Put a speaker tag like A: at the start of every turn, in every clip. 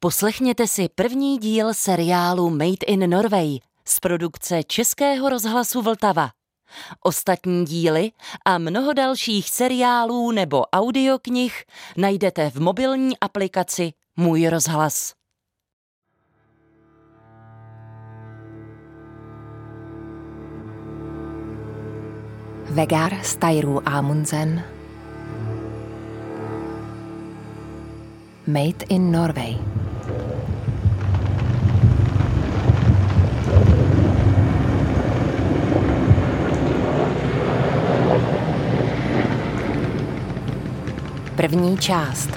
A: Poslechněte si první díl seriálu Made in Norway z produkce Českého rozhlasu Vltava. Ostatní díly a mnoho dalších seriálů nebo audioknih najdete v mobilní aplikaci Můj rozhlas.
B: Vegar Stajru Amundsen Made in Norway První část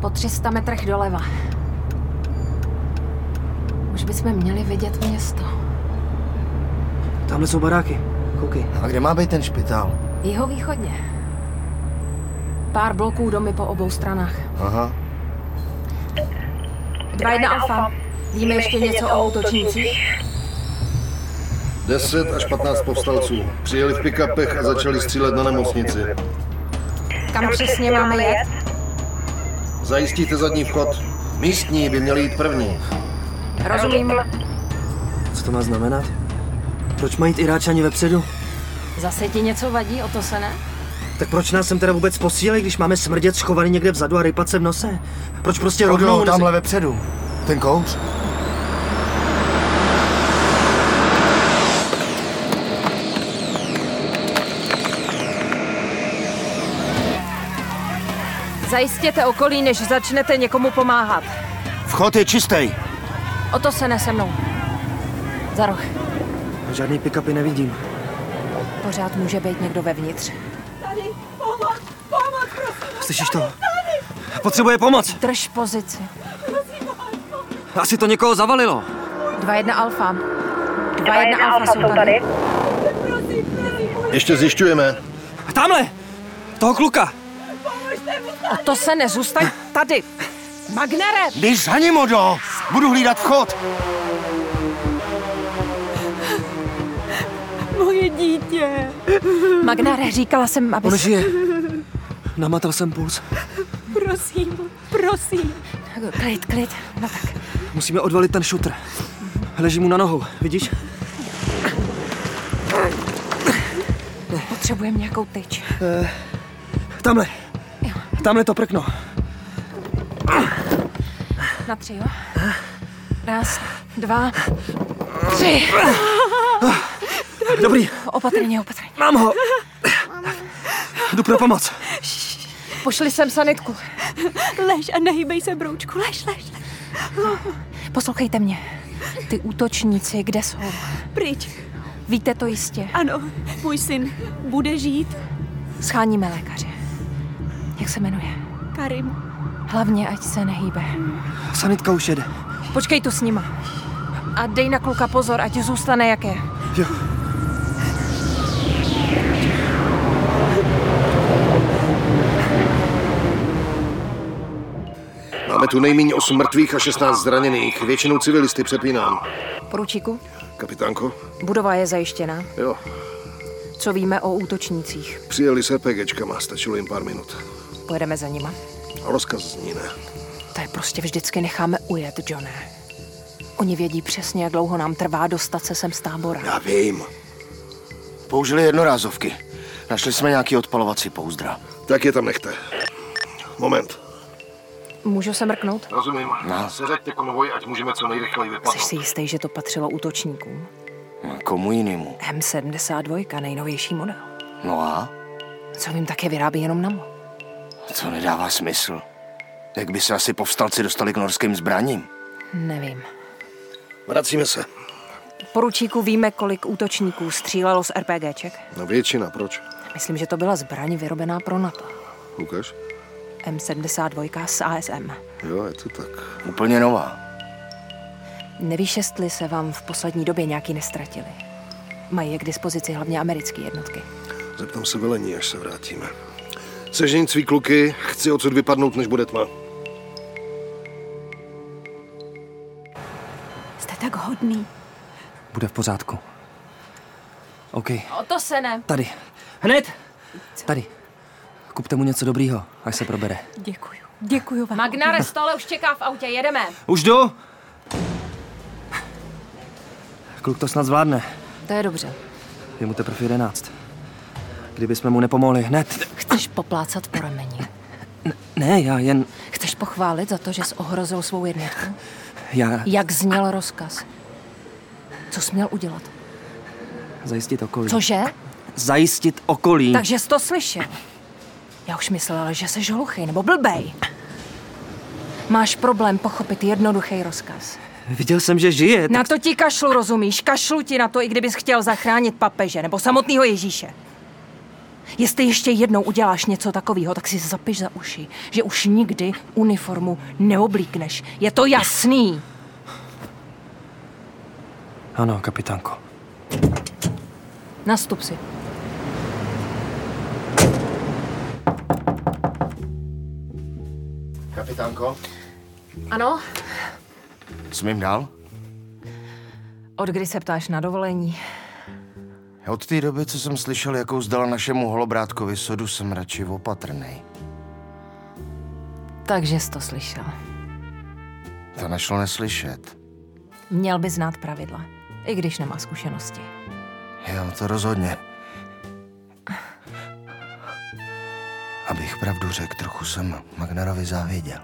C: Po 300 metrech doleva. Už bychom měli vidět město.
D: Tamhle jsou baráky. Koukej.
E: A kde má být ten špitál?
C: Jihovýchodně. Pár bloků domy po obou stranách.
E: Aha.
C: 2-1 alfa. Víme ještě něco o útočnících?
F: 10 až 15 povstalců. Přijeli v pick-upech a začali střílet na nemocnici.
C: Kam přesně máme jet?
F: Zajistíte zadní vchod. Místní by měli jít první.
C: Rozumím.
D: Co to má znamenat? Proč mají jít Iráčani vepředu?
C: Zase ti něco vadí, o to se ne?
D: Tak proč nás sem teda vůbec posílají, když máme smrdět schovaný někde vzadu a rypat se v nose? Proč prostě rovnou...
E: Rovnou
D: nez-
E: tamhle vepředu. Ten kouř?
C: Zajistěte okolí, než začnete někomu pomáhat.
E: Vchod je čistý.
C: O to se ne se mnou. Za roh.
D: Žádný pick-upy nevidím.
C: Pořád může být někdo vevnitř.
D: Slyšíš to? Potřebuje pomoc.
C: Drž pozici.
D: Asi to někoho zavalilo.
C: 2-1 alfa. 2-1 alfa jsou tady.
F: Ještě zjišťujeme.
D: Tamhle! Toho kluka!
C: O to se nezůstaň tady. Magnere!
E: Běž za ním, Odo! Budu hlídat vchod.
C: Magnere, říkala jsem, aby...
D: On žije. Namatal jsem puls.
C: Klid, klid. No tak.
D: Musíme odvalit ten šutr. Leží mu na nohou, vidíš?
C: Potřebujeme nějakou tyč.
D: Eh, Tamhle. Tamhle to prkno.
C: Na tři, jo? Raz, dva, tři.
D: Dobrý,
C: Opatrně, opatrně.
D: mám ho. Jdu pro pomoc.
C: Pošli sem sanitku.
G: Lež a nehýbej se, broučku, lež, lež, lež.
C: Poslouchejte mě. Ty útočníci, kde jsou?
G: Pryč.
C: Víte to jistě.
G: Ano, můj syn bude žít.
C: Scháníme lékaře. Jak se jmenuje?
G: Karim,
C: Hlavně, ať se nehýbe.
D: Sanitka už jede.
C: Počkej tu s nima. A dej na kluka pozor, ať zůstane jak je.
D: Jo.
F: Máme tu nejméně 8 mrtvých a 16 zraněných. Většinou civilisty přepínám.
C: Poručíku,
F: Kapitánko?
C: budova je zajištěná.
F: Jo.
C: Co víme o útočnících?
F: Přijeli s RPGčkama, stačilo jim pár minut.
C: Pojedeme za nima.
F: Rozkaz zní ne.
C: To je prostě vždycky necháme ujet, Johne. Oni vědí přesně, jak dlouho nám trvá dostat se sem z tábora.
E: Já vím. Použili jednorázovky. Našli jsme nějaký odpalovací pouzdra.
F: Tak je tam nechte. Moment.
C: Můžu se mrknout?
F: Rozumím. No. Seřaďte konvoj, ať můžeme co nejrychleji
C: Jsi si jistý, že to patřilo útočníkům?
E: Komu jinému?
C: M72, nejnovější model.
E: No a?
C: Co vím, tak je vyrábí jenom namo.
E: Co nedává smysl? Jak by se asi povstalci dostali k norským zbraním?
C: Nevím.
F: Vracíme se.
C: Poručíku víme, kolik útočníků střílelo z RPGček.
F: No většina, proč?
C: Myslím, že to byla zbraň vyrobená pro NATO.
F: Lukáš?
C: M72 s ASM.
F: Jo, je to tak.
E: Úplně nová.
C: Nevíš, jestli se vám v poslední době nějaký nestratili. Mají je k dispozici hlavně americké jednotky.
F: Zeptám se velení, až se vrátíme. Sežeň svý kluky, chci odsud vypadnout, než bude tma.
H: Jste tak hodný.
D: Bude v pořádku. OK,
H: O to se ne.
D: tady. Hned! Tady. Kupte mu něco dobrýho, až se probere.
H: Děkuju. Děkuju vám.
I: Magnare stále už čeká v autě, jedeme.
D: Už jdu! Kluk to snad zvládne.
C: To je dobře.
D: Je mu teprve jedenáct. Kdyby jsme mu nepomohli hned.
C: Chceš poplácat po rameni.
D: Ne, já jen...
C: Chceš pochválit za to, že jsi ohrozil svou jednotku?
D: Já
C: Jak zněl rozkaz? Co jsi měl udělat?
D: zajistit okolí.
C: Cože?
D: Zajistit okolí.
C: Takže jsi to slyšel. Já už myslela, že jsi hluchý nebo blbej. Máš problém pochopit jednoduchý rozkaz.
D: Viděl jsem, že žije.
C: Na to ti kašlu, rozumíš? Kašlu ti na to, i kdybys chtěl zachránit papeže nebo samotného Ježíše. Jestli ještě jednou uděláš něco takového, tak si zapiš za uši, že už nikdy uniformu neoblíkneš. Je to jasný.
D: Ano, kapitánko.
C: Nastup si.
E: Kapitánko,
C: Ano?
E: smím dál?
C: Od kdy se ptáš na dovolení?
E: Od té doby, co jsem slyšel, jakou zdala našemu holobrátkovi sodu, jsem radši opatrný.
C: Takže jsi to slyšel.
E: To nešlo neslyšet.
C: Měl by znát pravidla, i když nemá zkušenosti.
E: Jo, to rozhodně. Abych pravdu řekl, trochu jsem Magnarovi Hm, záviděl.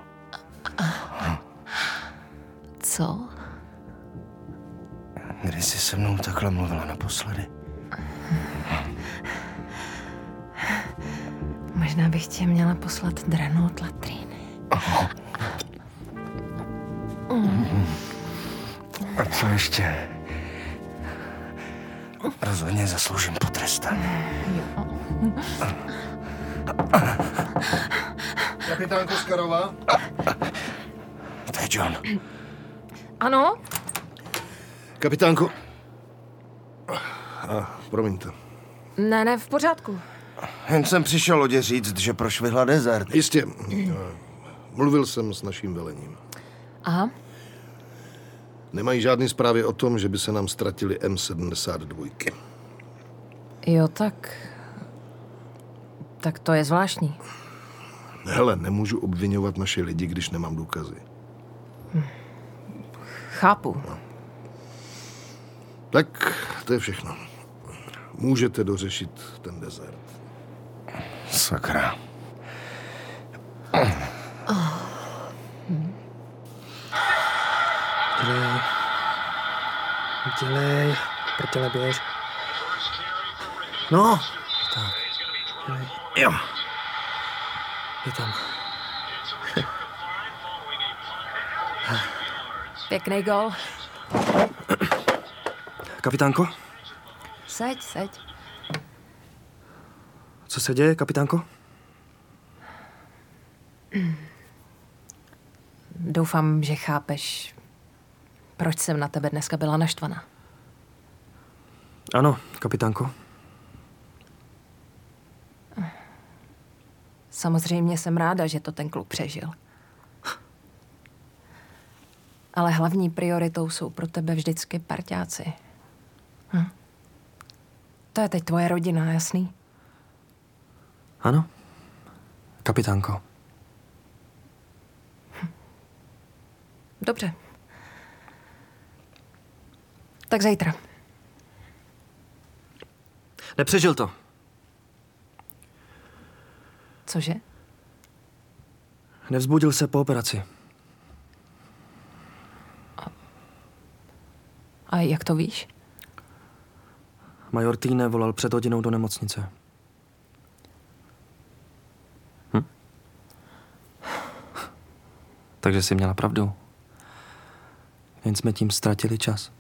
C: Co?
E: Kdy jsi se mnou takhle mluvila naposledy?
C: Možná bych tě měla poslat dranout latríny.
E: A co ještě? Rozhodně zasloužím potrestání.
F: Kapitánko Skarova?
E: To je John.
C: Ano?
F: Kapitánko... Ah, promiňte.
C: Ne, ne, v pořádku.
E: Jen jsem přišel lodě říct, že prošvihla desert.
F: Jistě. eh, Mluvil jsem s naším velením.
C: Aha.
F: Nemají žádné zprávy o tom, že by se nám ztratili M72.
C: Jo, tak... Tak to je zvláštní.
F: Hele, nemůžu obvinovat naše lidi, když nemám důkazy.
C: Chápu.
F: Tak, to je všechno. Můžete dořešit ten desert.
E: Sakra.
D: Dělej. Dělej. Prděle běž. No. Tak. Jo. Je tam.
C: Pěkný gol.
D: Kapitánko?
C: Seď, seď.
D: Co se děje, kapitánko?
C: Doufám, že chápeš, proč jsem na tebe dneska byla naštvaná.
D: Ano, kapitánko.
C: Samozřejmě jsem ráda, že to ten kluk přežil. Ale hlavní prioritou jsou pro tebe vždycky parťáci. Hm. To je teď tvoje rodina, jasný?
D: Ano? Kapitánko.
C: Dobře. Tak zítra.
D: Nepřežil to.
C: Cože?
D: Nevzbudil se po operaci.
C: A jak to víš?
D: Major Týne volal před hodinou do nemocnice. Hm? Takže jsi měla pravdu. Jen jsme tím ztratili čas.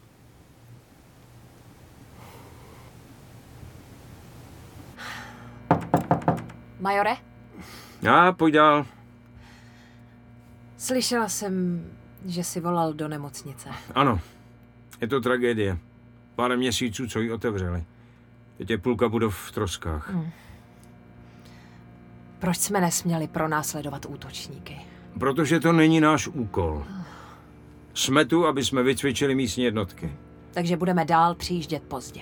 C: Majore,
J: Já pojď dál.
C: slyšela jsem, že jsi volal do nemocnice.
J: Ano, je to tragédie. Pár měsíců,
C: Hm.
J: co ji otevřeli. Teď je půlka budov v troskách.
C: Proč jsme nesměli pronásledovat útočníky?
J: Protože to není náš úkol. Jsme tu, aby jsme vycvičili místní jednotky.
C: Takže budeme dál přijíždět pozdě.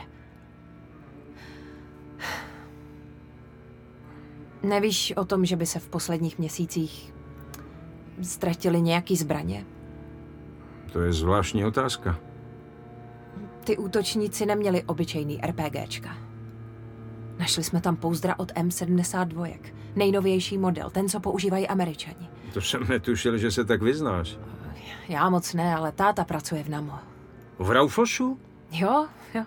C: Nevíš o tom, že by se v posledních měsících ztratili nějaký zbraně?
J: To je zvláštní otázka.
C: Ty útočníci neměli obyčejný RPGčka. Našli jsme tam pouzdra od M72, nejnovější model, ten, co používají američani.
J: To jsem netušil, že se tak vyznáš.
C: Já moc ne, ale táta pracuje v NAMO.
J: V Raufosu?
C: Jo, jo.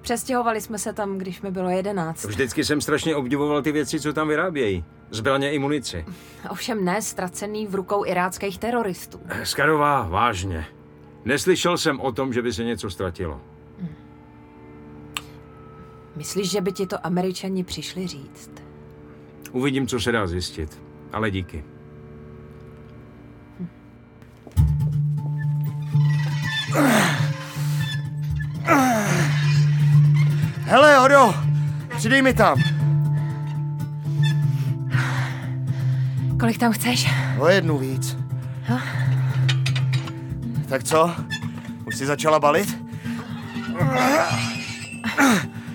C: Přestěhovali jsme se tam, když mi bylo jedenáct.
J: Vždycky jsem strašně obdivoval ty věci, co tam vyrábějí. Zbraně i munici.
C: Ovšem ne ztracený v rukou iráckých teroristů.
J: Skarová, vážně. Neslyšel jsem o tom, že by se něco ztratilo.
C: Myslíš, že by ti to američani přišli říct?
J: Uvidím, co se dá zjistit. Ale díky.
E: Hele, Odo, přidej mi tam.
C: Kolik tam chceš?
E: O jednu víc. Tak co? Už jsi začala balit?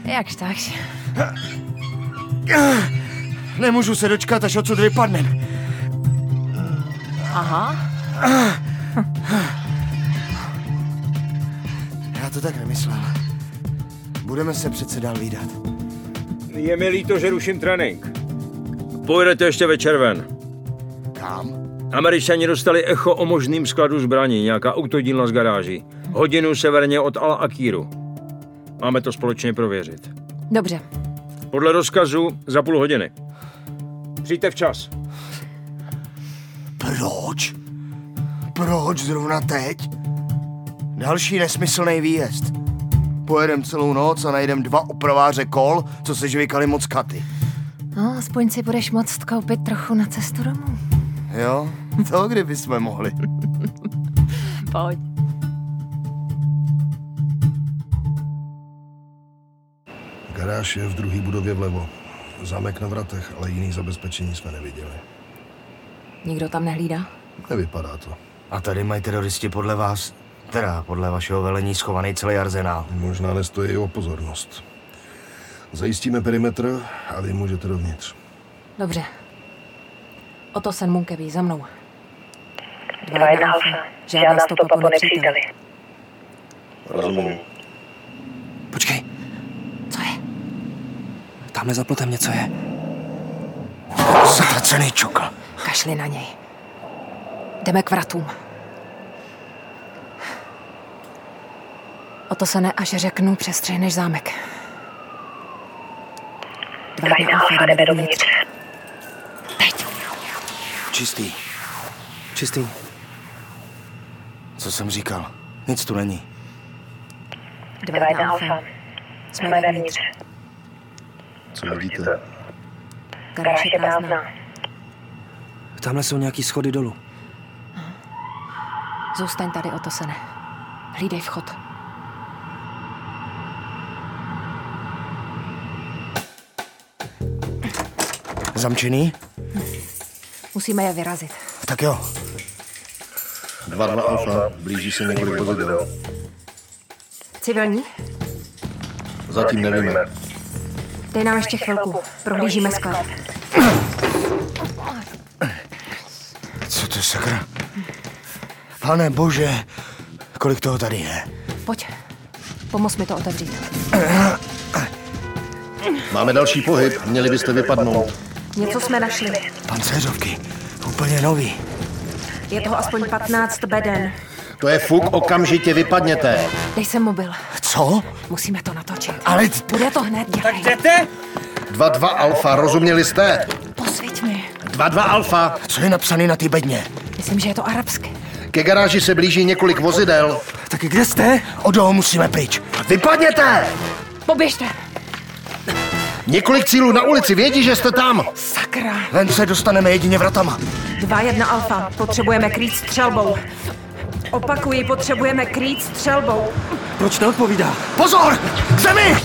C: Jakž tak.
E: Nemůžu se dočkat, až odsud vypadnem.
C: Aha.
E: Já to tak nemyslel. Budeme se přece dál výdat.
J: Je mi líto, že ruším trénink. Pojedete ještě večer ven.
E: Kam?
J: Američani dostali echo o možným skladu zbraní, nějaká autodílna z garáží. Hodinu severně od Al Akíru. Máme to společně prověřit.
C: Dobře.
J: Podle rozkazu za půl hodiny. Přijďte včas.
E: Proč? Proč zrovna teď? Další nesmyslný výjezd. Pojedem celou noc a najdem dva opraváře kol, co se žvykali moc katy.
C: No, aspoň si budeš moct koupit trochu na cestu domů.
E: Jo? To kdyby jsme mohli.
C: Pojď.
F: Garáž je v druhé budově vlevo. Zámek na vratech, ale jiný zabezpečení jsme neviděli.
C: Nikdo tam nehlídá?
F: Nevypadá to.
E: A tady mají teroristi podle vás, teda podle vašeho velení schovaný celý arzenál.
F: Možná nestojí o pozornost. Zajistíme perimetr a vy můžete dovnitř.
C: Dobře. Oto sen Munkevý, za mnou.
K: Dva jedna alfa. Žádná stopa po nepříteli.
F: Rozumím.
D: Počkej,
C: Co je?
D: tamhle za plotem něco je.
E: Zatracený čokl.
C: Kašli na něj. Jdeme k vratům. O to se ne, až řeknu, přestřihneš zámek. Dva
K: Dva jedna
C: dny
K: alfa
C: alfa
K: jdeme
C: jdeme
K: dovnitř.
C: dovnitř.
E: Čistý.
D: Čistý.
E: Co jsem říkal? Nic tu není.
K: Dva jedna alfa.
C: Jsme
K: Jsme
C: vevnitř.
K: vevnitř.
F: Co vidíte?
C: Garáž
K: Garáž
C: je
K: je
C: prázdná.
K: prázdná.
D: Tamhle jsou nějaký schody dolů.
C: Zůstaň tady, o to se ne. Hlídej vchod.
E: Zamčený?
C: Musíme je vyrazit.
E: Tak jo.
F: Dva na alfa, blíží se několik vozidel.
C: Civilní,
F: Zatím nevíme.
C: dej nám ještě chvilku. Prohlížíme sklad.
E: Co to je sakra? Pane bože, kolik toho tady je?
C: Pojď. Pomoz mi to otevřít.
F: Máme další pohyb, měli byste vypadnout.
C: Něco jsme našli.
E: Pancéřovky, úplně nový.
C: Je toho aspoň 15 beden.
F: To je fuk, okamžitě vypadněte.
C: Dej sem mobil.
E: Co?
C: Musíme to natočit.
E: Ale t-
C: Bude to hned, dělej.
F: Dva dva alfa, rozuměli jste?
C: Posviť mi.
F: Dva dva alfa.
E: co je napsaný na té bedně?
C: Myslím, že je to arabsky.
F: Ke garáži se blíží několik vozidel.
D: Tak kde jste?
E: Odo, musíme pryč.
F: Vypadněte!
C: Poběžte.
F: Několik cílů na ulici vědí, že jste tam.
C: Sakra.
E: Ven se dostaneme jedině vratama.
L: 2-1 alfa. Potřebujeme krýt střelbou. Opakuji, potřebujeme krýt střelbou.
D: Proč neodpovídá?
E: Pozor! K zemi!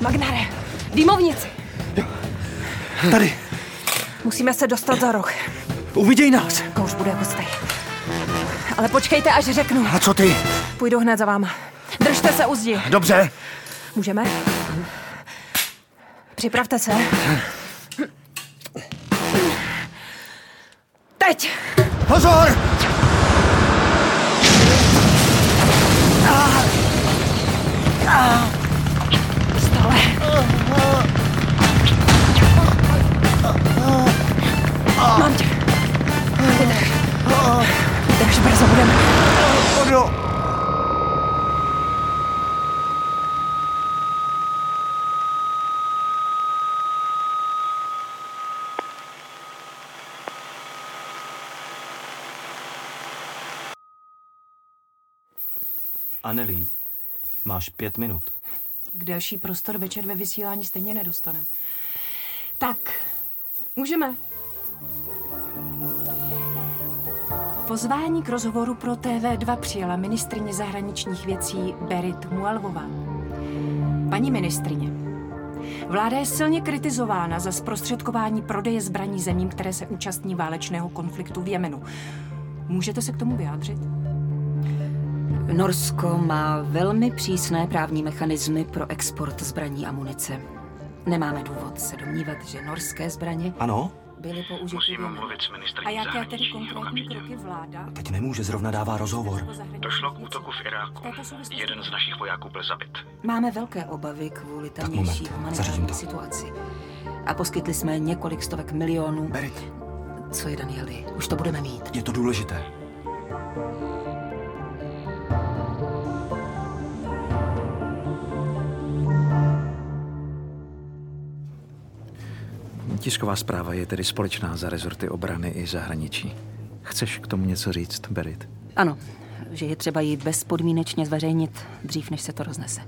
C: Magnare. Dýmovnici.
L: Tady,
C: Musíme se dostat za roh.
L: uviděj nás.
C: To už bude hustý. Ale počkejte, až řeknu.
M: A co ty?
C: Půjdu hned za váma. Držte se u zdi.
M: Dobře,
C: Můžeme? Připravte se. Teď!
M: pozor!
C: Stále. Mám tě. Vydrž. Vydrž, brzo budeme.
M: Odo!
N: Anelí, máš pět minut.
O: K delší prostor večer ve vysílání stejně nedostaneme. Tak, můžeme. Pozvání k rozhovoru pro TV2 přijala ministrině zahraničních věcí Berit Mualvová. Paní ministrině, vláda je silně kritizována za zprostředkování prodeje zbraní zemím, které se účastní válečného konfliktu v Jemenu. Můžete se k tomu vyjádřit?
P: Norsko má velmi přísné právní mechanismy pro export zbraní a munice. Nemáme důvod se domnívat, že norské zbraně
N: Ano?
P: byly použity.
Q: Musím
P: vědomě.
Q: mluvit s ministrní
P: A jaké tedy
Q: zahraničí
P: konkrétní
Q: okamžitě.
P: kroky vláda?
N: Teď nemůže zrovna dává rozhovor.
Q: Došlo k útoku v Iráku. Jeden z našich vojáků byl zabit.
P: Máme velké obavy kvůli tamější humanitární situaci. A poskytli jsme několik stovek milionů.
N: Berit.
P: Co je, Danieli? Už to budeme mít.
N: Je to důležité.
R: Tisková zpráva je tedy společná za rezorty obrany i zahraničí. Chceš k tomu něco říct, Berit?
P: Ano, že je třeba ji bezpodmínečně zveřejnit dřív, než se to roznese.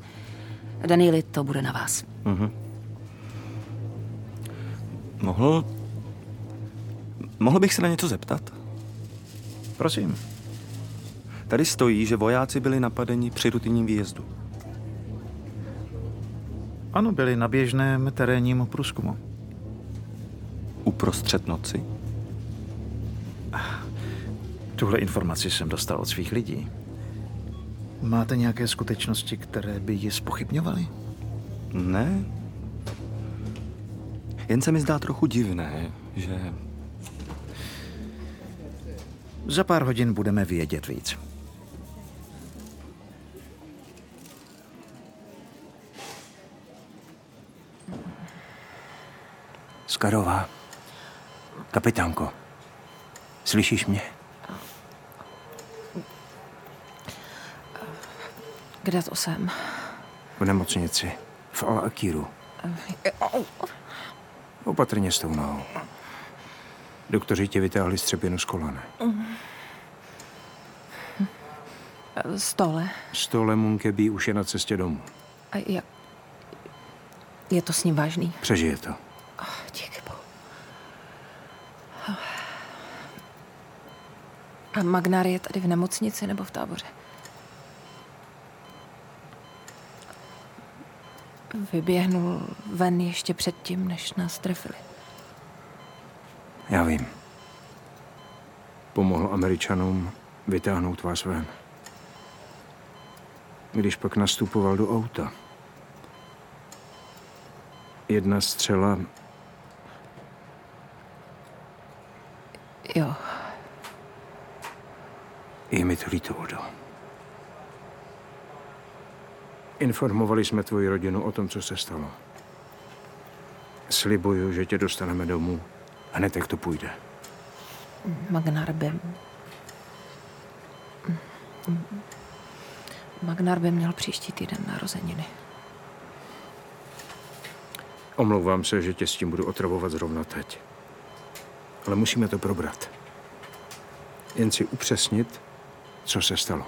P: Danieli, to bude na vás.
N: Mhm. Mohl... Mohl bych se na něco zeptat? Prosím. Tady stojí, že vojáci byli napadeni při rutinním výjezdu.
R: Ano, byli na běžném terénním průzkumu.
N: Uprostřed noci?
R: Tuhle informaci jsem dostal od svých lidí. Máte nějaké skutečnosti, které by ji spochybňovaly?
N: Ne. Jen se mi zdá trochu divné, že...
R: Za pár hodin budeme vědět víc.
S: Skarová. Kapitánko. Slyšíš mě?
C: Kde to jsem?
S: V nemocnici. V Al-Akiru. Opatrně s tou nohou. Doktoři ti vytáhli střepinu z kolene.
C: Stole.
S: Stole Munkebí už je na cestě domů.
C: A jak... Je to s ním vážný?
S: Přežije to.
C: Oh, díky bohu. A Magnár je tady v nemocnici nebo v táboře? Vyběhnul ven ještě předtím, než nás trefili.
S: Já vím. Pomohl Američanům vytáhnout vás ven. Když pak nastupoval do auta, jedna střela
C: Jo,
S: Je mi to líto, Odo. Informovali jsme tvoji rodinu o tom, co se stalo. Slibuju, že tě dostaneme domů. Hned, jak to půjde.
C: Magnar by... Magnar by měl příští týden narozeniny.
S: Omlouvám se, že tě s tím budu otravovat zrovna teď. Ale musíme to probrat. Jen si upřesnit, co se stalo.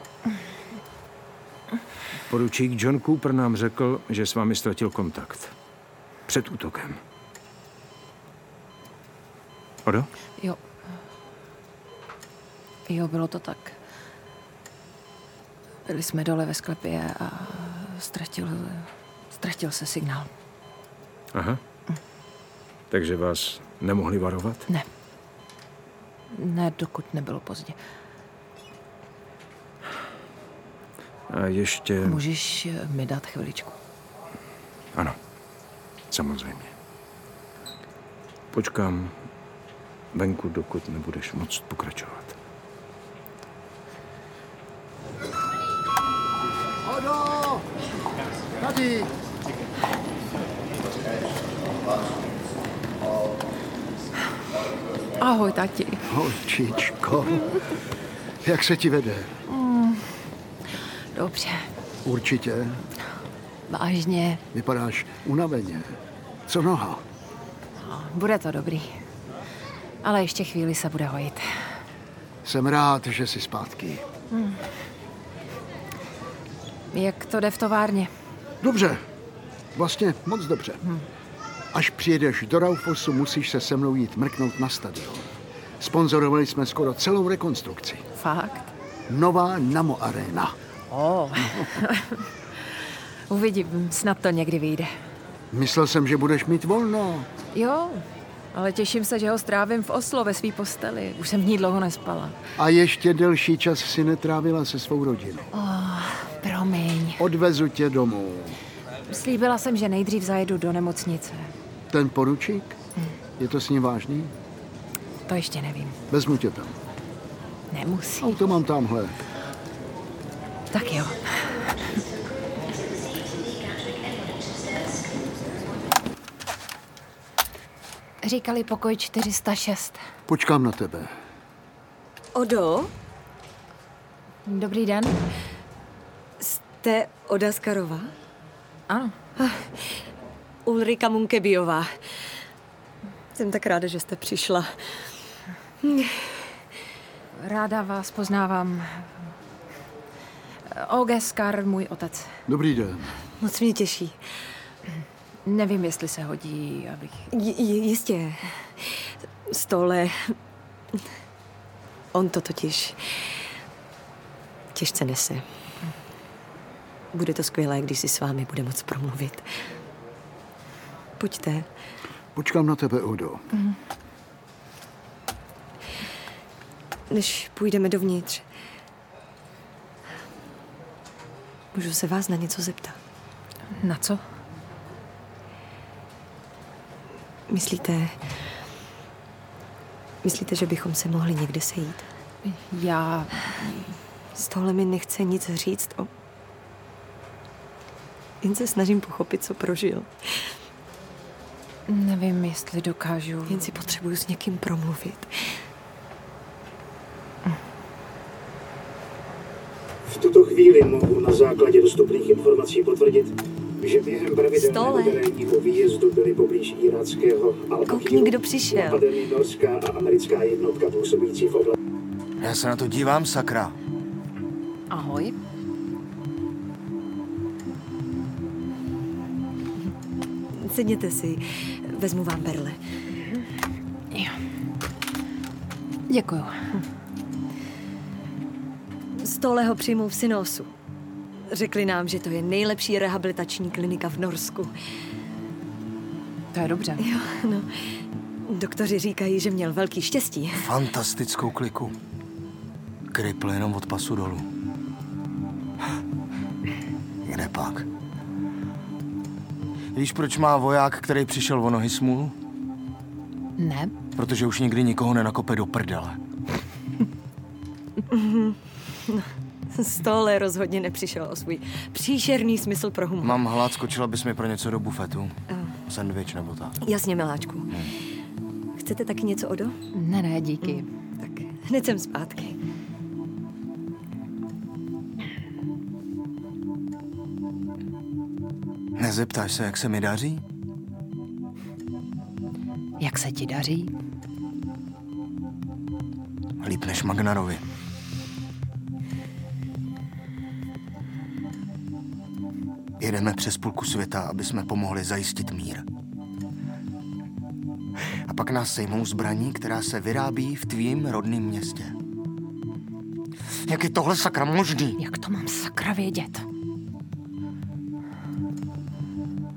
S: Poručík John Cooper nám řekl, že s vámi ztratil kontakt. Před útokem. Odo?
C: Jo. Jo, bylo to tak. Byli jsme dole ve sklepě a ztratil, ztratil se signál.
S: Aha. Takže vás nemohli varovat?
B: Ne. Ne, dokud nebylo pozdě.
S: A ještě...
B: Můžeš eh, mi dát chviličku?
S: Ano, samozřejmě. Počkám venku, dokud nebudeš moct pokračovat.
E: Hodo! Tady!
C: Ahoj, tati.
T: Holčičko, jak se ti vede?
C: Mm, dobře,
T: Určitě.
C: vážně.
T: Vypadáš unaveně. Co noha?
C: Bude to dobrý. Ale ještě chvíli se bude hojit.
T: Jsem rád, že jsi zpátky.
C: Mm. Jak to jde v továrně?
T: Dobře. Vlastně moc dobře. Až přijedeš do Raufosu, musíš se se mnou jít mrknout na stadion. Sponzorovali jsme skoro celou rekonstrukci.
C: Fakt?
T: Nová Namo Arena.
C: Oh. Uvidím, snad to někdy vyjde.
T: Myslel jsem, že budeš mít volno.
C: Jo, ale těším se, že ho strávím v Oslo ve své posteli. Už jsem v ní dlouho nespala.
T: A ještě delší čas si netrávila se svou rodinou.
C: Oh, promiň.
T: Odvezu tě domů.
C: Slíbila jsem, že nejdřív zajedu do nemocnice.
T: Ten poručík? Je to s ním vážný?
C: To ještě nevím.
T: Vezmu tě tam.
C: Nemusí.
T: Auto mám tamhle.
C: Tak jo. Říkali pokoj 406.
T: Počkám na tebe.
U: Odo,
C: Dobrý den.
U: jste Oda Skarova? Ah,
C: Ano.
U: Ulrika Munkebiová. Jsem tak ráda, že jste přišla.
C: Ráda vás poznávám. Oge Skar, můj otec.
T: Dobrý den.
U: Moc mě těší.
C: Nevím, jestli se hodí, abych...
U: J- j- jistě. Stole. On to totiž těžce nese. Bude to skvělé, když si s vámi bude moc promluvit. Pojďte.
T: Počkám na tebe, Udo.
U: Mhm. než půjdeme dovnitř. Můžu se vás na něco zeptat?
C: Na co?
U: Myslíte, myslíte, že bychom se mohli někde sejít?
C: Já...
U: Z tohle mi nechce nic říct. O... Jen se snažím pochopit, co prožil.
C: Nevím, jestli dokážu...
U: Jen si potřebuju s někým promluvit.
V: V tuto chvíli mohu na základě dostupných informací potvrdit, že během pravidelného
U: Stole.
V: terénního výjezdu byly poblíž iráckého
U: Koukni, kdo přišel.
V: napadeny norská a americká jednotka působící v oblasti.
E: Já se na to dívám, sakra.
C: Ahoj.
U: Sedněte si, vezmu vám berle.
C: Děkuju.
U: Stole ho přijmou v Sinosu. Řekli nám, že to je nejlepší rehabilitační klinika v Norsku.
C: To je dobře.
U: Jo, no. Doktoři říkají, že měl velký štěstí.
E: Fantastickou kliku. Kripl jenom od pasu dolů. Kde pak? Víš, proč má voják, který přišel o nohy smůlu?
C: Ne.
E: Protože už nikdy nikoho nenakope do prdele.
U: Mhm. No, Stole rozhodně nepřišel o svůj příšerný smysl pro humor.
E: Mám hlad, skočila bys mi pro něco do bufetu.
U: Eh,
E: Sandwich nebo tak.
U: Jasně, miláčku. Chcete taky něco, Odo?
C: Ne, ne, díky.
U: Hned jsem zpátky.
E: Nezeptáš se, jak se mi daří?
C: Jak se ti daří?
E: Líp než Magnarovi. Jedeme přes půlku světa, aby jsme pomohli zajistit mír. A pak nás sejmou zbraní, která se vyrábí v tvým rodném městě. Jak je tohle sakra možný?
C: Jak to mám sakra vědět?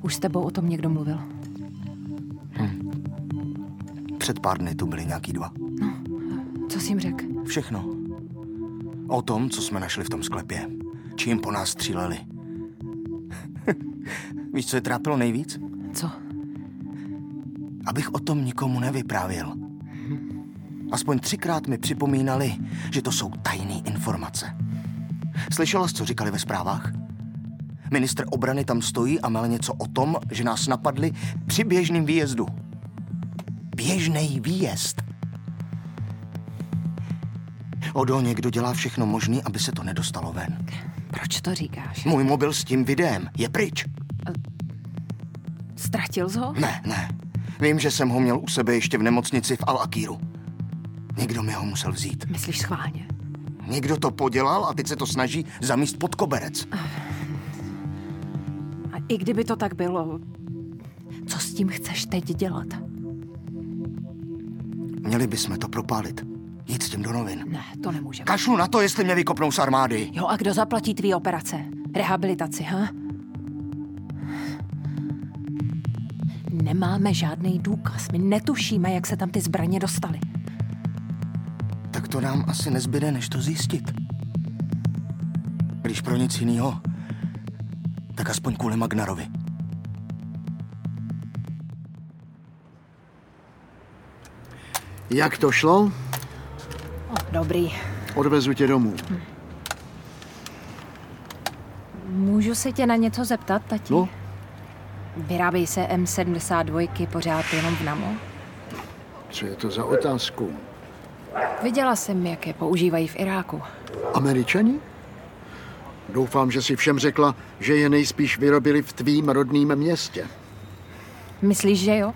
C: Už s tebou o tom někdo mluvil?
E: Hm. před pár dny tu byli nějaký dva.
C: Co jsi jim řekl?
E: Všechno. O tom, co jsme našli v tom sklepě. Čím po nás stříleli. Víš, co je trápilo nejvíc?
C: Co?
E: Abych o tom nikomu nevyprávěl. Aspoň třikrát mi připomínali, že to jsou tajné informace. Slyšela jsi, co říkali ve zprávách? Ministr obrany tam stojí a mele něco o tom, že nás napadli při běžném výjezdu. Běžný výjezd. Odo, někdo dělá všechno možné, aby se to nedostalo ven.
C: Proč to říkáš?
E: Můj mobil s tím videem je pryč.
C: Ztratil jsi ho?
E: Ne, ne. Vím, že jsem ho měl u sebe ještě v nemocnici v Al-Akíru. Někdo mi ho musel vzít.
C: Myslíš schválně?
E: Někdo to podělal a teď se to snaží zamíst pod koberec.
C: A i kdyby to tak bylo, co s tím chceš teď dělat?
E: Měli bychom to propálit. Jít s tím do novin.
C: Ne, to nemůžeme.
E: Kašlu na to, jestli mě vykopnou z armády.
C: Jo, a kdo zaplatí tvý operace? Rehabilitaci, ha? Nemáme žádný důkaz. My netušíme, jak se tam ty zbraně dostaly.
E: Tak to nám asi nezbyde, než to zjistit. Když pro nic jiného, tak aspoň kvůli Magnarovi.
T: Jak to šlo?
C: Dobrý.
T: Odvezu tě domů.
C: Můžu se tě na něco zeptat, tati?
T: No.
C: Vyrábějí se M72 pořád jenom v NAMO?
T: Co je to za otázku?
C: Viděla jsem, jak je používají v Iráku.
T: Američani? Doufám, že si všem řekla, že je nejspíš vyrobili v tvým rodném městě.
C: Myslíš, že jo?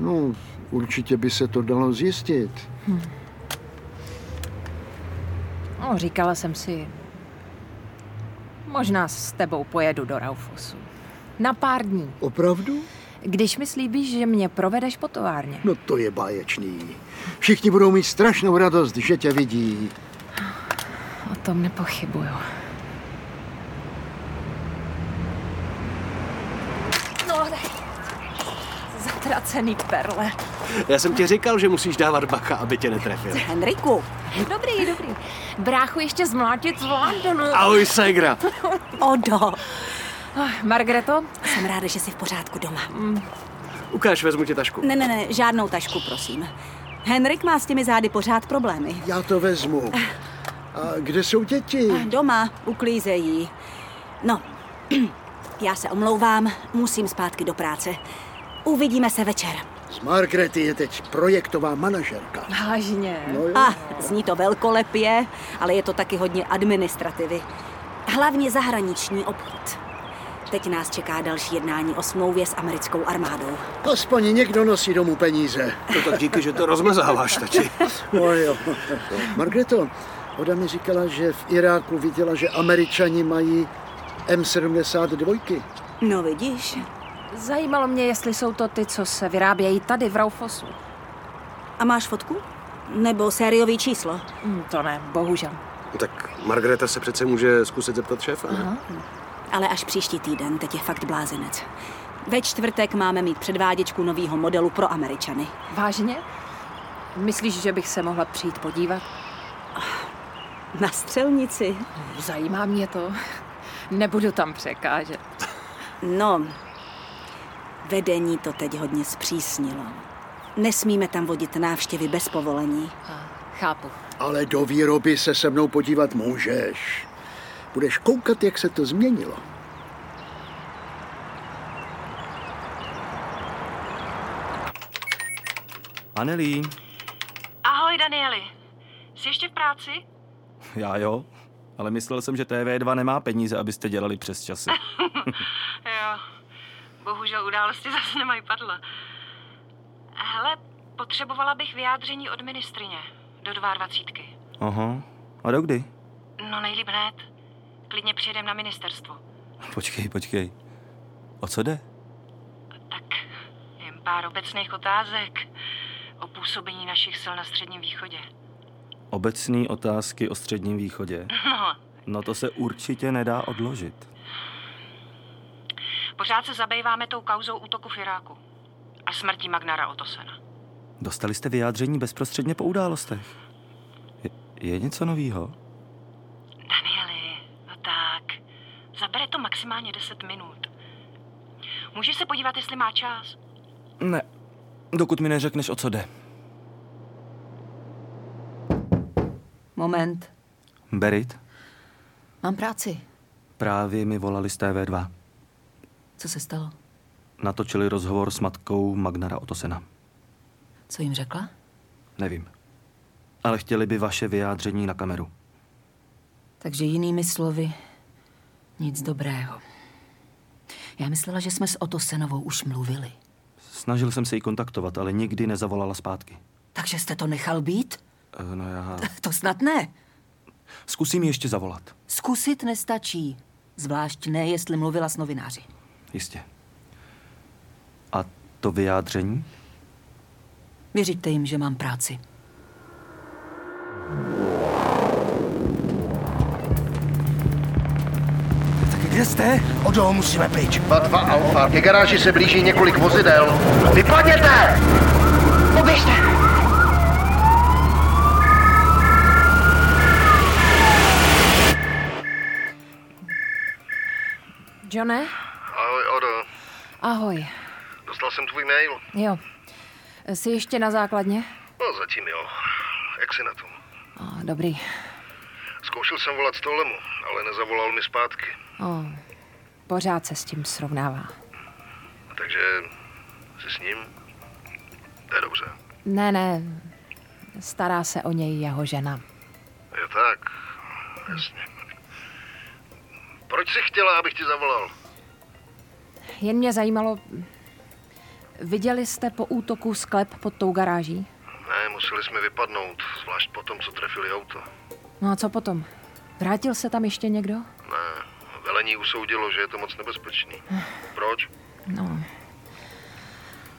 T: No, určitě by se to dalo zjistit.
C: Hm. No, říkala jsem si, možná s tebou pojedu do Raufosu. Na pár dní.
T: Opravdu?
C: Když mi slíbíš, že mě provedeš po továrně.
T: No to je báječný. Všichni budou mít strašnou radost, že tě vidí.
C: O tom nepochybuju. No, tak. Zatracený perle.
M: Já jsem ti říkal, že musíš dávat bacha, aby tě netrefil.
C: Henriku. Dobrý, dobrý. Bráchu ještě zmlátit z Londonu.
M: Ahoj, Segra.
C: Odo. Ah, Margreto? Mm, Jsem ráda, že jsi v pořádku doma.
M: Ukáž, vezmu ti tašku.
W: Ne, ne, ne, žádnou tašku, prosím. Henrik má s těmi zády pořád
C: Mm.
W: problémy.
T: Já to vezmu.
W: Eh.
T: A kde jsou děti?
W: Ah, Doma uklízejí. No, já se omlouvám, musím zpátky do práce. Uvidíme se večer.
T: Z Margarety je teď projektová manažerka.
C: Vážně.
T: No jo.
W: A Ah, zní to velkolepě, ale je to taky hodně administrativy. Hlavně zahraniční obchod. Teď nás čeká další jednání o smlouvě s americkou armádou.
T: Aspoň někdo nosí domů peníze.
M: To tak díky, že to rozmazáváš, tati.
T: No jo. Margreto, Oda mi říkala, že v Iráku viděla, že američani mají M72.
W: No vidíš.
C: Zajímalo mě, jestli jsou to ty, co se vyrábějí tady v Raufosu.
W: A máš fotku? Nebo sériový číslo?
C: Mm, To ne, bohužel.
M: No Tak Margareta se přece může zkusit zeptat šéfa. ne?
W: Ale až příští týden, teď je fakt blázinec. Ve čtvrtek máme mít předváděčku nového modelu pro Američany.
C: Vážně? Myslíš, že bych se mohla přijít podívat?
W: Ah, Na střelnici.
C: No, Zajímá mě to. Nebudu tam překážet.
W: No, vedení to teď hodně zpřísnilo. Nesmíme tam vodit návštěvy bez povolení.
C: Chápu.
T: Ale do výroby se se mnou podívat můžeš. Budeš koukat, jak se to změnilo.
N: Anelí,
O: Ahoj, Danieli. Jsi ještě v práci?
N: já jo, ale myslel jsem, že TV2 nemá peníze, abyste dělali přes časy.
O: jo. Bohužel události zase nemají padla. Hele, potřebovala bych vyjádření od ministrině do 22.
N: Aha, a dokdy?
O: No nejlíp hned. Klidně přijedem na ministerstvo.
N: Počkej, počkej. O co jde?
O: Jen pár obecných otázek o působení našich sil na Středním východě.
N: Obecný otázky o středním východě.
O: No,
N: No to se určitě nedá odložit.
O: pořád se zabýváme tou kauzou útoku v Iráku a smrtí Magnara Otosena.
N: Dostali jste vyjádření bezprostředně po událostech. Je, je něco novýho?
O: Danieli, no tak. Zabere to maximálně 10 minut. Můžeš se podívat, jestli má čas?
N: Ne. Dokud mi neřekneš, o co jde.
P: Moment,
N: Berit,
P: mám práci.
N: právě mi volali z TV2.
P: Co se stalo?
N: Natočili rozhovor s matkou Magnara Otosena.
P: Co jim řekla?
N: Nevím. Ale chtěli by vaše vyjádření na kameru.
P: Takže jinými slovy, nic dobrého. Já myslela, že jsme s Otosenovou už mluvili.
N: Snažil jsem se ji kontaktovat, ale nikdy nezavolala zpátky.
P: Takže jste to nechal být?
N: Eh, No já...
P: To snad ne.
N: Zkusím ji ještě zavolat.
P: Zkusit nestačí. Zvlášť ne, jestli mluvila s novináři.
N: Jistě. A to vyjádření?
P: Věříte jim, že mám práci.
E: Kde jste? Od domu musíme pryč.
V: Dva Alfa, ke garáži se blíží několik vozidel. Vypadněte!
E: Poběžte!
C: Johne?
F: Ahoj, Odo.
C: Ahoj.
F: Dostal jsem tvůj mail.
C: Jo. Jsi ještě na základně?
F: No zatím jo. Jak jsi na tom?
C: Oh, dobrý.
F: Zkoušel jsem volat Stolemu, ale nezavolal mi zpátky.
C: Oh. Pořád se s tím srovnává.
F: Takže jsi s ním? To je dobře.
C: Ne, ne. Stará se o něj jeho žena.
F: Je tak. Jasně. Proč jsi chtěla, abych ti zavolal?
C: Jen mě zajímalo, viděli jste po útoku sklep pod tou garáží?
F: Ne, museli jsme vypadnout, zvlášť po tom, co trefili auto.
C: No a co potom? Vrátil se tam ještě někdo?
F: Ne, velení usoudilo, že je to moc nebezpečný. Proč?
C: No.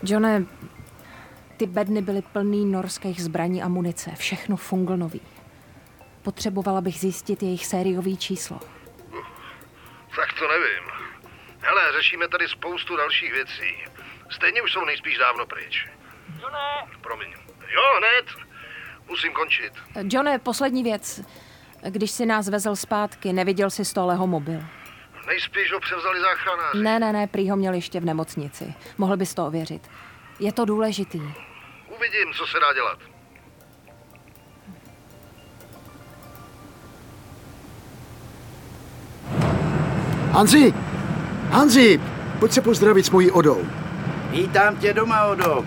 C: Johne, ty bedny byly plný norských zbraní a munice, všechno funglnový. Potřebovala bych zjistit jejich sériový číslo.
F: Tak to nevím. Hele, řešíme tady spoustu dalších věcí. Stejně už jsou nejspíš dávno pryč. Jo ne. Promiň. Jo, hned. Musím končit.
C: Johne, poslední věc. Když si nás vezl zpátky, neviděl si stoleho mobil.
F: Nejspíš ho převzali záchranáři.
C: Ne, ne, ne, prý ho měl ještě v nemocnici. Mohl bys to ověřit. Je to důležitý.
F: Uvidím, co se dá dělat.
T: Hanzi! Hanzi! Pojď se pozdravit s mojí Odou.
L: Vítám tě doma, Odo.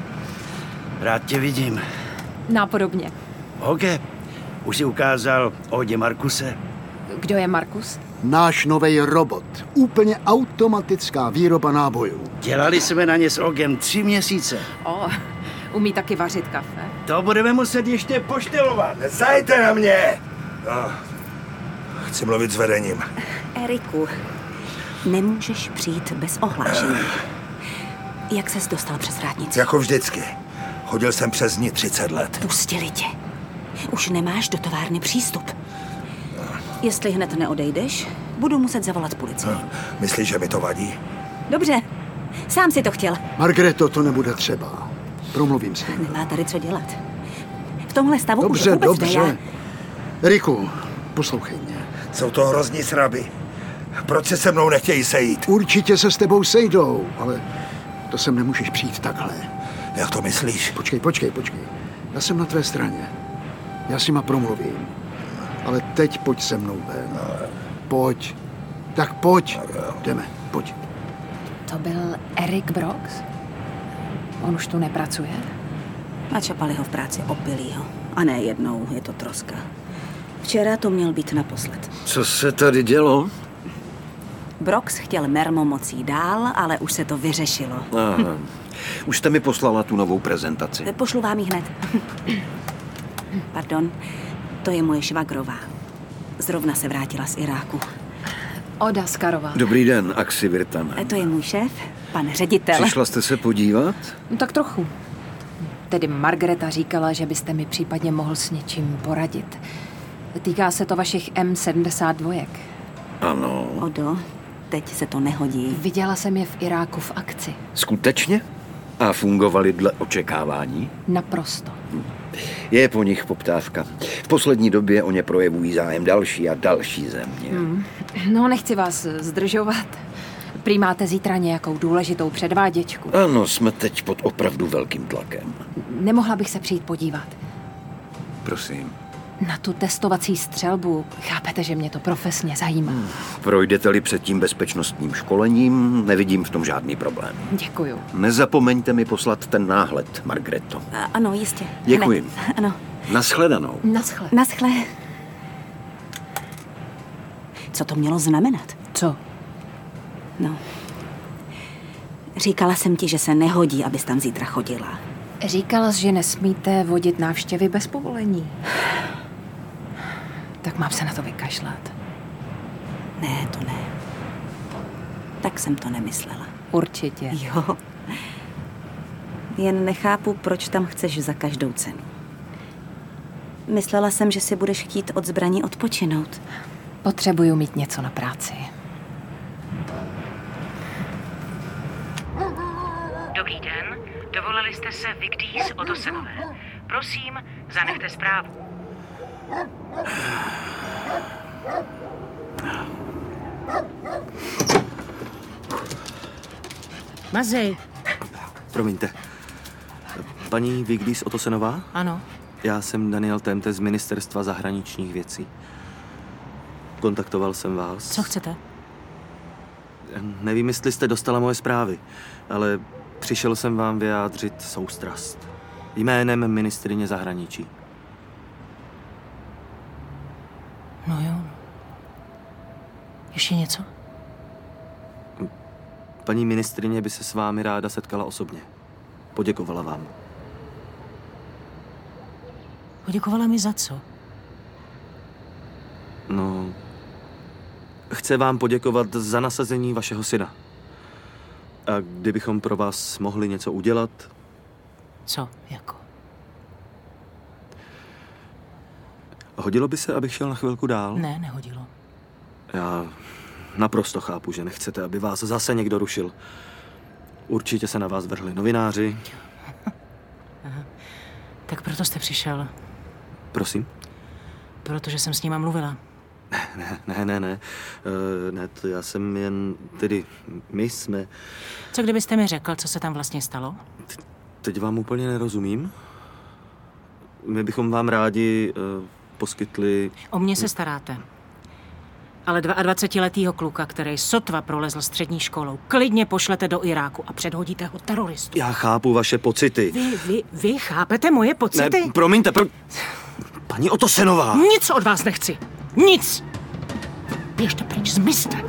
L: Rád tě vidím.
C: Nápodobně.
L: OK. Už jsi ukázal Odě Markuse.
C: Kdo je Markus?
T: Náš nový robot. Úplně automatická výroba nábojů.
L: Dělali jsme na ně s Ogem tři měsíce.
C: O, umí taky vařit kafe.
L: To budeme muset ještě poštelovat.
F: Zajte na mě! No. Chci mluvit s vedením.
W: Eriku, nemůžeš přijít bez ohlášení. Jak ses dostal přes rádnici?
G: Jako vždycky. Chodil jsem přes ní 30 let.
W: Pustili tě. Už nemáš do továrny přístup. Jestli hned neodejdeš, budu muset zavolat policii.
G: Myslíš, že mi to vadí?
W: Dobře, sám si to chtěl.
T: Margreto, to nebude třeba. Promluvím s ním.
W: Nemá tady co dělat. V tomhle stavu
T: Dobře,
W: už vůbec Ne,
T: dobře.
W: já...
T: Riku, poslouchej mě.
G: Jsou to hrozní sraby. Proč se se mnou nechtějí sejít?
T: Určitě se s tebou sejdou, ale to sem nemůžeš přijít takhle.
G: Jak to myslíš?
T: Počkej, počkej, počkej. Já jsem na tvé straně. Já s nima promluvím. Ale teď pojď se mnou ven. Pojď. Tak pojď. Jdeme, pojď.
C: To byl Eric Brox? On už tu nepracuje?
W: Načapali ho v práci, opilí ho. A ne jednou, je to troska. Včera to měl být naposled.
L: Co se tady dělo?
W: Brox chtěl mermo mocí dál, ale už se to vyřešilo.
L: Aha. Už jste mi poslala tu novou prezentaci.
W: Pošlu vám ji hned. Pardon, to je moje švagrová. Zrovna se vrátila z Iráku.
C: Oda Skarová.
L: Dobrý den, Axi Virtan.
W: E, To je můj šéf, pan ředitel.
L: Přišla jste se podívat?
C: No tak trochu. Tedy Margareta říkala, že byste mi případně mohl s něčím poradit. Týká se to vašich M72.
L: Ano.
W: Odo, teď se to nehodí.
C: Viděla jsem je v Iráku v akci.
L: Skutečně?
X: A fungovaly dle očekávání?
C: Naprosto.
X: Je po nich poptávka. V poslední době o ně projevují zájem další a další země.
C: Hmm. No, nechci vás zdržovat. Prý máte zítra nějakou důležitou předváděčku.
X: Ano, jsme teď pod opravdu velkým tlakem.
C: Nemohla bych se přijít podívat.
X: Prosím.
C: Na tu testovací střelbu, chápete, že mě to profesně zajímá.
X: Projdete-li předtím bezpečnostním školením, nevidím v tom žádný problém.
C: Děkuju.
X: Nezapomeňte mi poslat ten náhled, Margreto.
W: A, ano, jistě.
X: Děkuji.
W: Hned. Ano.
X: Naschledanou.
C: Naschle.
W: Naschle. Co to mělo znamenat?
C: Co?
W: No. Říkala jsem ti, že se nehodí, abys tam zítra chodila.
C: Říkala jsi, že nesmíte vodit návštěvy bez povolení. Tak mám se na to vykašlat.
W: Ne, to ne. Tak jsem to nemyslela.
C: Určitě.
W: Jo. Jen nechápu, proč tam chceš za každou cenu. Myslela jsem, že si budeš chtít od zbraní odpočinout.
C: Potřebuju mít něco na práci.
J: Dobrý den, dovolali jste se Vigdís Otosenové. Prosím, zanechte zprávu.
Y: Mazej,
N: Promiňte. Paní Vigdís Otosenová?
Y: ano.
N: Já jsem Daniel Temte z Ministerstva zahraničních věcí. Kontaktoval jsem vás.
Y: Co chcete?
N: Nevím, jestli jste dostala moje zprávy, ale přišel jsem vám vyjádřit soustrast. Jménem ministrině zahraničí.
Y: No jo. no. Ještě něco?
N: Paní ministrině by se s vámi ráda setkala osobně. Poděkovala vám.
Y: Poděkovala mi za co?
N: No, chce vám poděkovat za nasazení vašeho syna. A kdybychom pro vás mohli něco udělat,
Y: Co? Jako?
N: hodilo by se, abych šel na chvilku dál?
Y: Ne, nehodilo.
N: Já naprosto chápu, že nechcete, aby vás zase někdo rušil. Určitě se na vás vrhli novináři.
Y: Tak proto jste přišel.
N: Prosím?
Y: Protože jsem s nima mluvila.
N: Ne, ne, ne, ne. Eh, ne, to já jsem jen... Tedy, my jsme...
Y: Co kdybyste mi řekl, co se tam vlastně stalo?
N: Teď vám úplně nerozumím. My bychom vám rádi eh, poskytli...
Y: O mě se staráte. Ale 22-letýho kluka, který sotva prolezl střední školou, klidně pošlete do Iráku a předhodíte ho teroristům.
N: Já chápu vaše pocity.
Y: Vy, vy, vy chápete moje pocity?
N: Ne, promiňte, pro... Paní Otosenová!
Y: Nic od vás nechci! Nic! Běžte pryč, zmizte!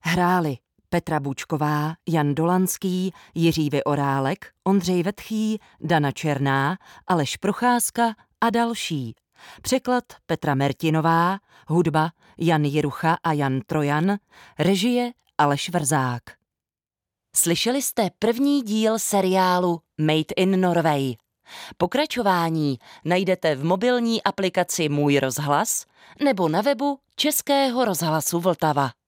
A: Hráli Petra Bůčková, Jan Dolanský, Jiří Vyorálek, Ondřej Vetchý, Dana Černá, Aleš Procházka a další. Překlad Petra Mertinová, hudba Jan Jirucha a Jan Trojan, režie Aleš Vrzák. Slyšeli jste první díl seriálu Made in Norway. Pokračování najdete v mobilní aplikaci Můj rozhlas nebo na webu Českého rozhlasu Vltava.